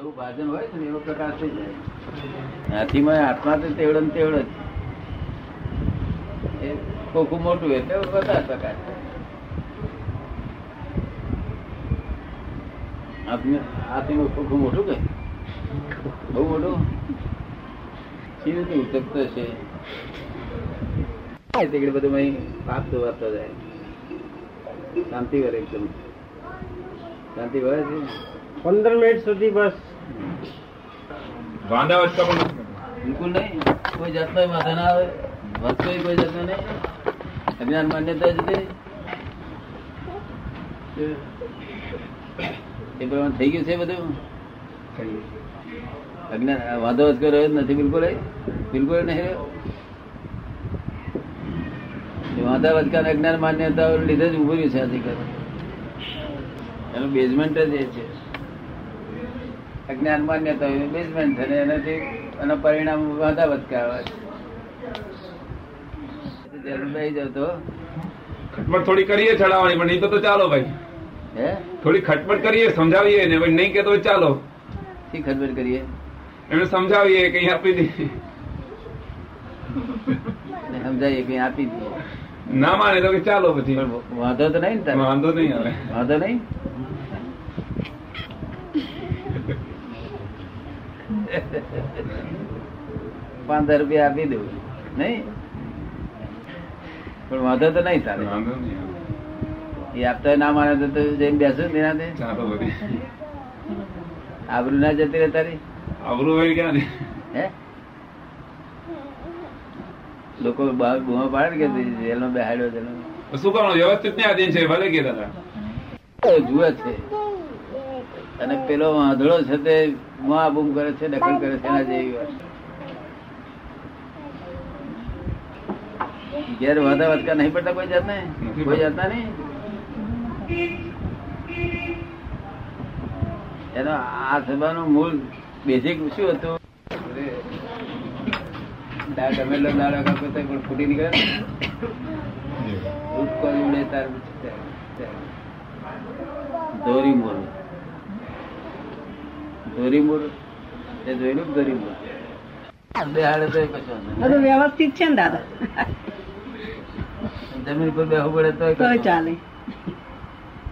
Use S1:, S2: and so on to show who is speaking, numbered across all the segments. S1: એવું ભાજન હોય છે ને એવો પ્રકાશ થઈ જાય હાથીમાં હાથમાં તો તેવડો ને તેવડો જ એ ખોખું મોટું એટલે બધા પ્રકાશ હાથીનું હાથીનું ખોખું મોટું કે બહુ મોટું કેવી રીતે ઉચકતો છે એ તે બધું અહીં પાપ ધોવાતો જાય શાંતિ વરે એકદમ શાંતિ વરે છે
S2: પંદર મિનિટ સુધી બસ
S3: વાંદા વચકા પણ
S1: બિલકુલ નહીં કોઈ જાતનો વાંધો ના આવે વસ્તુએ કોઈ જાતનો નહીં અજ્ઞાન માન્યતા જ તે એ પ્રમાણે થઈ ગયું છે બધું અજ્ઞાન વાંધો જ કર્યો જ નથી બિલકુલ એ? બિલકુલ નહીં રહ્યો. એ વાંધા વચકાને અજ્ઞાન માન્યતા લીધે જ ઉભું રહ્યું છે હકીકત એનું બેઝમેન્ટ જ એ છે અજ્ઞાન માન્યતા હોય બેઝમેન્ટ છે ને એનાથી એના પરિણામ વાંધા વધતા આવે છે ધર્મભાઈ જતો
S3: ખટપટ થોડી કરીએ ચડાવવાની પણ નહીં તો તો ચાલો ભાઈ
S1: હે
S3: થોડી ખટપટ કરીએ સમજાવીએ ને ભાઈ નહીં કહેતો હોય ચાલો
S1: શી ખબર કરીએ
S3: એમને સમજાવીએ કે અહીં આપી દે
S1: ને સમજાવીએ કે આપી દઈએ
S3: ના માને તો કે ચાલો પછી
S1: પણ વાંધો તો નહીં ને તારે?
S3: વાંધો નહીં આવે
S1: વાંધો નહીં પંદર રૂપિયા આપી દઉં નહીં પણ વાંધો તો નહીં તારે
S3: વાંધો નહીં આવે
S1: એ આપતા હોય ના માને તો તું જઈને બેસો ને એના તે
S3: ચાલો બધી
S1: આબરૂ ના જતી રહે તારી
S3: આવરું હોય ક્યાં ને
S1: હે લોકો બહાર બૂમા પાડે ને કે જેલમાં બેહાડ્યો છે એનો.
S3: તો શું કરવાનું વ્યવસ્થિત ને આધીન છે ભલે કે દાદા
S1: એ જુએ છે અને પેલો વાંધળો છે તે બૂમા બૂમ કરે છે દખલ કરે છે એના જેવી વાત ઘેર વાંધા વાંચકા નહીં પડતા કોઈ જાતને
S3: નથી
S1: કોઈ
S3: પડતા.
S1: જાતના નહીં એનો આ સભાનું મૂળ બેઝિક શું હતું દાળ ગમેલો દાળ વગર કોઈ પણ ફૂટી નીકળે ને. દૂધ કોઈ ઉડે તાર ધોરીમોર ધોરીમોર એ જોયેલું ધોરીમોર બેહાડે તો કશો
S4: બધું વ્યવસ્થિત છે ને દાદા
S1: જમીન પર બેહવું પડે તોય
S4: તો
S1: કશો.
S4: ચાલે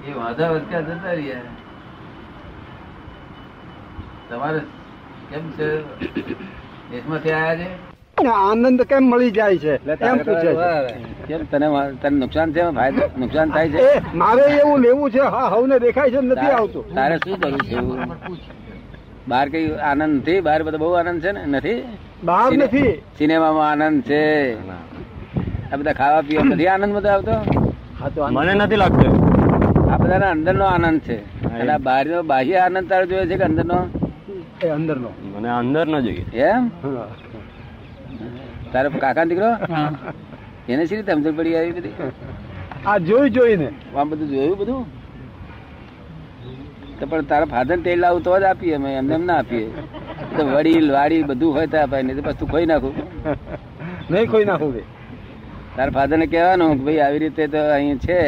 S1: એ વાંધા વધતા જતા રહ્યા તમારે કેમ છે દેશમાંથી આયા છે
S2: આનંદ કેમ મળી જાય છે એમ પૂછે છે
S1: કેમ તને વા- તને નુકસાન છે ફાયદો નુકસાન થાય છે
S2: એ મારે એવું લેવું છે હા હવને દેખાય છે નથી
S1: તારે-
S2: આવતું
S1: તારે શું કરવું છે એવું? બહાર કઈ આનંદ નથી બહાર બધો બહુ આનંદ છે ને નથી
S2: બહાર
S1: સિને-
S2: નથી
S1: સિનેમામાં આનંદ છે આ બધા ખાવા પીવા નથી આનંદ બધો આવતો
S2: મને નથી લાગતું
S1: આ બધાના અંદરનો આનંદ છે
S2: હા, એ.
S1: અને બહારનો બાહ્ય આનંદ તારે જોઈએ છે કે અંદરનો
S2: એ અંદરનો મને અંદર ન જોઈએ
S1: એમ તારો કાકા દીકરો એને શી રીતે સમજણ પડી આવી બધી
S2: આ જોઈ જોઈને
S1: આમ બધું જોયું બધું તો પણ તારા ફાધર તેલ લાવું તો જ આપીએ અમે એમને એમ ના આપીએ તો વડીલ વાડી બધું હોય તો અપાય નહીં તો પછી તું ખોઈ નાખું
S2: નહીં કોઈ નાખું બે
S1: તારા ફાધરને કહેવાનું કે ભાઈ આવી રીતે તો અહીં છે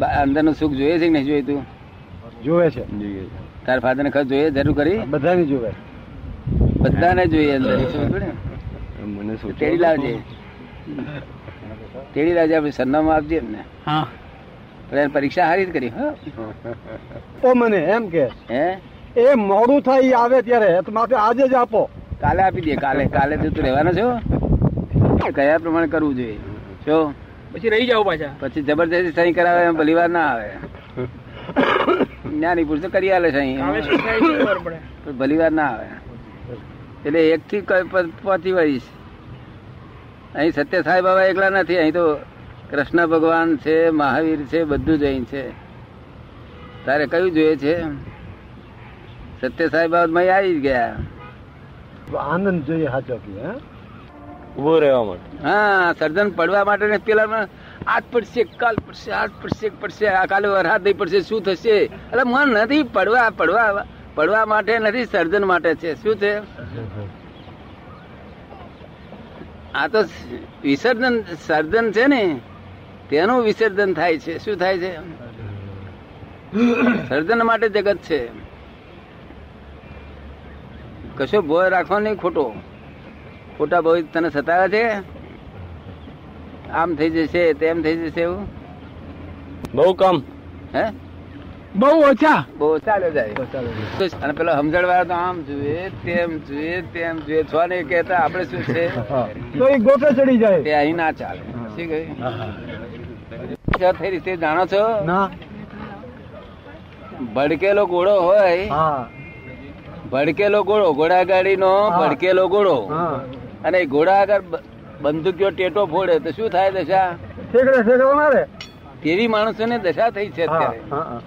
S1: બા- અંદરનું સુખ જોઈએ છે કે નહીં જોઈતું
S2: જોવે છે
S1: તારા ફાધરને ખર્ચ જોઈએ જરૂર કરી
S2: બધાને જોવે
S1: બધાને જોઈએ અંદર એ સમજ પડી ને?
S2: મને
S1: તેડી લાવજે તેડી લાવજે આપણે સરનામું આપજે એમને પણ એને પરીક્ષા હારી જ કરી હો
S2: ઓ મને એમ કે
S1: હે
S2: એ મોડું થાય ઈ આવે ત્યારે તો માથે આજે જ આપો
S1: કાલે આપી દે કાલે કાલે તો તું રહેવાનો છો કયા પ્રમાણે કરવું જોઈએ જો
S5: પછી રહી જાવ પાછા
S1: પછી જબરજસ્તી સહી કરાવે એમ ભલી વાર ના આવે જ્ઞાની પુરુષ તો કરી આલે સહી
S5: કામે શું થાય છે ખબર પડે
S1: પણ ભલી વાર ના આવે એટલે એક થી પહોંચી વળીશ અહીં સત્ય સાંઈ બાબા એકલા નથી અહીં તો કૃષ્ણ ભગવાન છે મહાવીર છે બધું જ અહીં છે તારે કયું જોઈએ છે સત્ય સાંઈ બાબા મય આવી જ ગયા
S2: આનંદ જોઈએ હાચો કે હે
S1: હા સર્જન પડવા માટે ને પેલા આજ પડશે કાલ પડશે આજ પડશે પડશે આ કાલે વરસાદ નહીં પડશે શું થશે એટલે મન નથી પડવા પડવા પડવા માટે નથી સર્જન માટે છે શું છે આ તો વિસર્જન સર્જન છે ને તેનું વિસર્જન થાય છે શું થાય છે સર્જન માટે જગત છે કશો ભય રાખવાનો નહીં ખોટો ખોટા ભય તને સતાવે છે આમ થઈ જશે તેમ થઈ જશે એવું
S6: બહુ કમ
S1: હે
S5: બહુ ઓછા
S1: બહુ ચાલ્યો જાય અને પેલો સમજણવાળો તો આમ જુએ તેમ જુએ તેમ જુએ છો ને કહેતા આપણે શું છે
S2: તો એ ગોઠે ચડી જાય
S1: તે અહીં ના ચાલે શું કહ્યું થઈ રીતે જાણો છો
S2: ના
S1: ભડકેલો ઘોડો હોય
S2: હા
S1: ભડકેલો ઘોડો ઘોડાગાડીનો
S2: હા.
S1: ભડકેલો ઘોડો
S2: હા
S1: અને એ ઘોડા આગળ બ- બંદૂકીઓ ટેટો ફોડે તો શું થાય દશા
S2: ઠેકડે ઠેકડે મારે
S1: તેવી માણસોને દશા થઈ છે
S2: હા
S1: અત્યારે
S2: હા હા.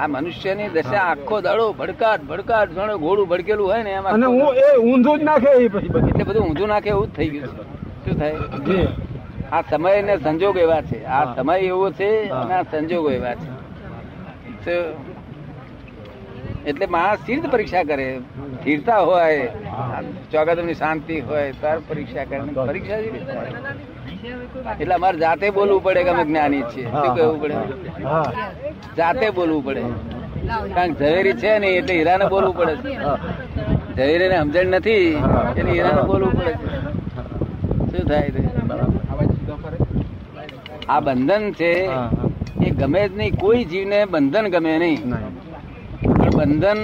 S1: આ મનુષ્યની દશા આખો દાડો ભડકાટ ભડકાટ જાણે ઘોડું ભડકેલું હોય ને એમ
S2: અને
S1: આખો
S2: હું એ ઊંધું જ નાખે એ પછી
S1: દાડો.
S2: બધું
S1: એટલે બધું ઊંધું નાખે એવું જ થઈ ગયું છે શું થાય
S2: જી
S1: આ સમય ને સંજોગ એવા છે આ
S2: હા.
S1: સમય એવો છે
S2: હા.
S1: અને આ સંજોગો એવા છે તો એટલે માણસ સ્થિર પરીક્ષા કરે સ્થિરતા હોય
S2: હા.
S1: ચોગાદમની શાંતિ હોય તાર પરીક્ષા કરે ને પરીક્ષા જ રીતે થાય. એટલે અમારે જાતે બોલવું પડે કે અમે જ્ઞાની છીએ શું
S2: હા,
S1: કહેવું પડે
S2: હા
S1: જાતે બોલવું પડે કારણ કે ઝવેરી છે ને એટલે હીરાને બોલવું પડે છે.
S2: હા.
S1: ઝવેરીને સમજણ નથી
S2: હા.
S1: એટલે હીરાને બોલવું પડે છે. શું થાય છે? આ બંધન છે
S2: હા, હા.
S1: એ ગમે જ નહીં કોઈ જીવને બંધન ગમે નહીં
S2: નહીં.
S1: પણ બંધન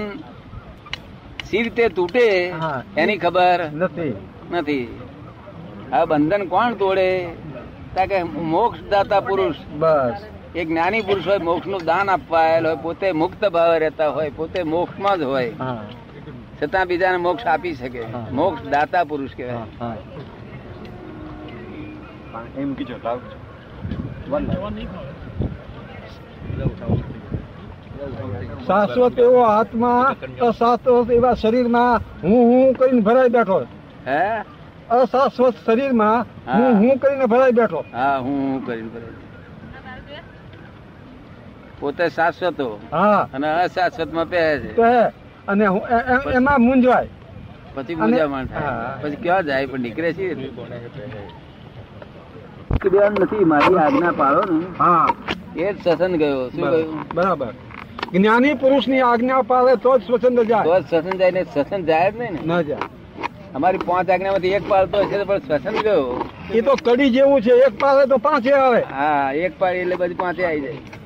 S1: સી રીતે તૂટે
S2: હા.
S1: એની ખબર
S2: નથી
S1: નથી આ બંધન કોણ તોડે કારણ કે મોક્ષ દાતા પુરુષ
S2: બસ
S1: એ જ્ઞાની પુરુષ હોય મોક્ષ નું દાન આપવા આવેલો હોય પોતે મુક્ત ભાવે રહેતા હોય પોતે મોક્ષમાં જ હોય
S2: હા
S1: છતાં બીજાને મોક્ષ આપી શકે
S2: હા.
S1: મોક્ષ દાતા પુરુષ કહેવાય
S2: હા, હા શાશ્વત એવો આત્મા અશાશ્વત એવા શરીરમાં હું હું કરીને ભરાઈ બેઠો
S1: હે
S2: અશાશ્વત શરીરમાં
S1: હા.
S2: હું હું કરીને ભરાઈ બેઠો
S1: હા હું હું કરીને કરે પોતે શાશ્વતો
S2: હા
S1: અને અશાશ્વત માં પહેરે છે
S2: કહે અને હું એ- એ- એમાં મૂંઝવાય
S1: પછી
S2: અને-
S1: મૂંઝામણ થાય
S2: હા.
S1: પછી ક્યાં જાય પણ નીકળે છે નથી મારી આજ્ઞા પાડો ને
S2: હા
S1: એ જ સસન ગયો શું ગયું
S2: બરાબર જ્ઞાની પુરુષની આજ્ઞા પાડે તો જ સ્વચ્છંદ જાય
S1: તો જ સસન જાય ને સસન જાય જ નહીં ને
S2: ન જાય
S1: અમારી પાંચ આજ્ઞામાંથી એક પાળતો હશે તો પણ શ્વસન ગયો
S2: એ તો કડી જેવું છે એક પાસે તો પાંચે આવે
S1: હા એક પાળી એટલે બધી પાંચે આવી જાય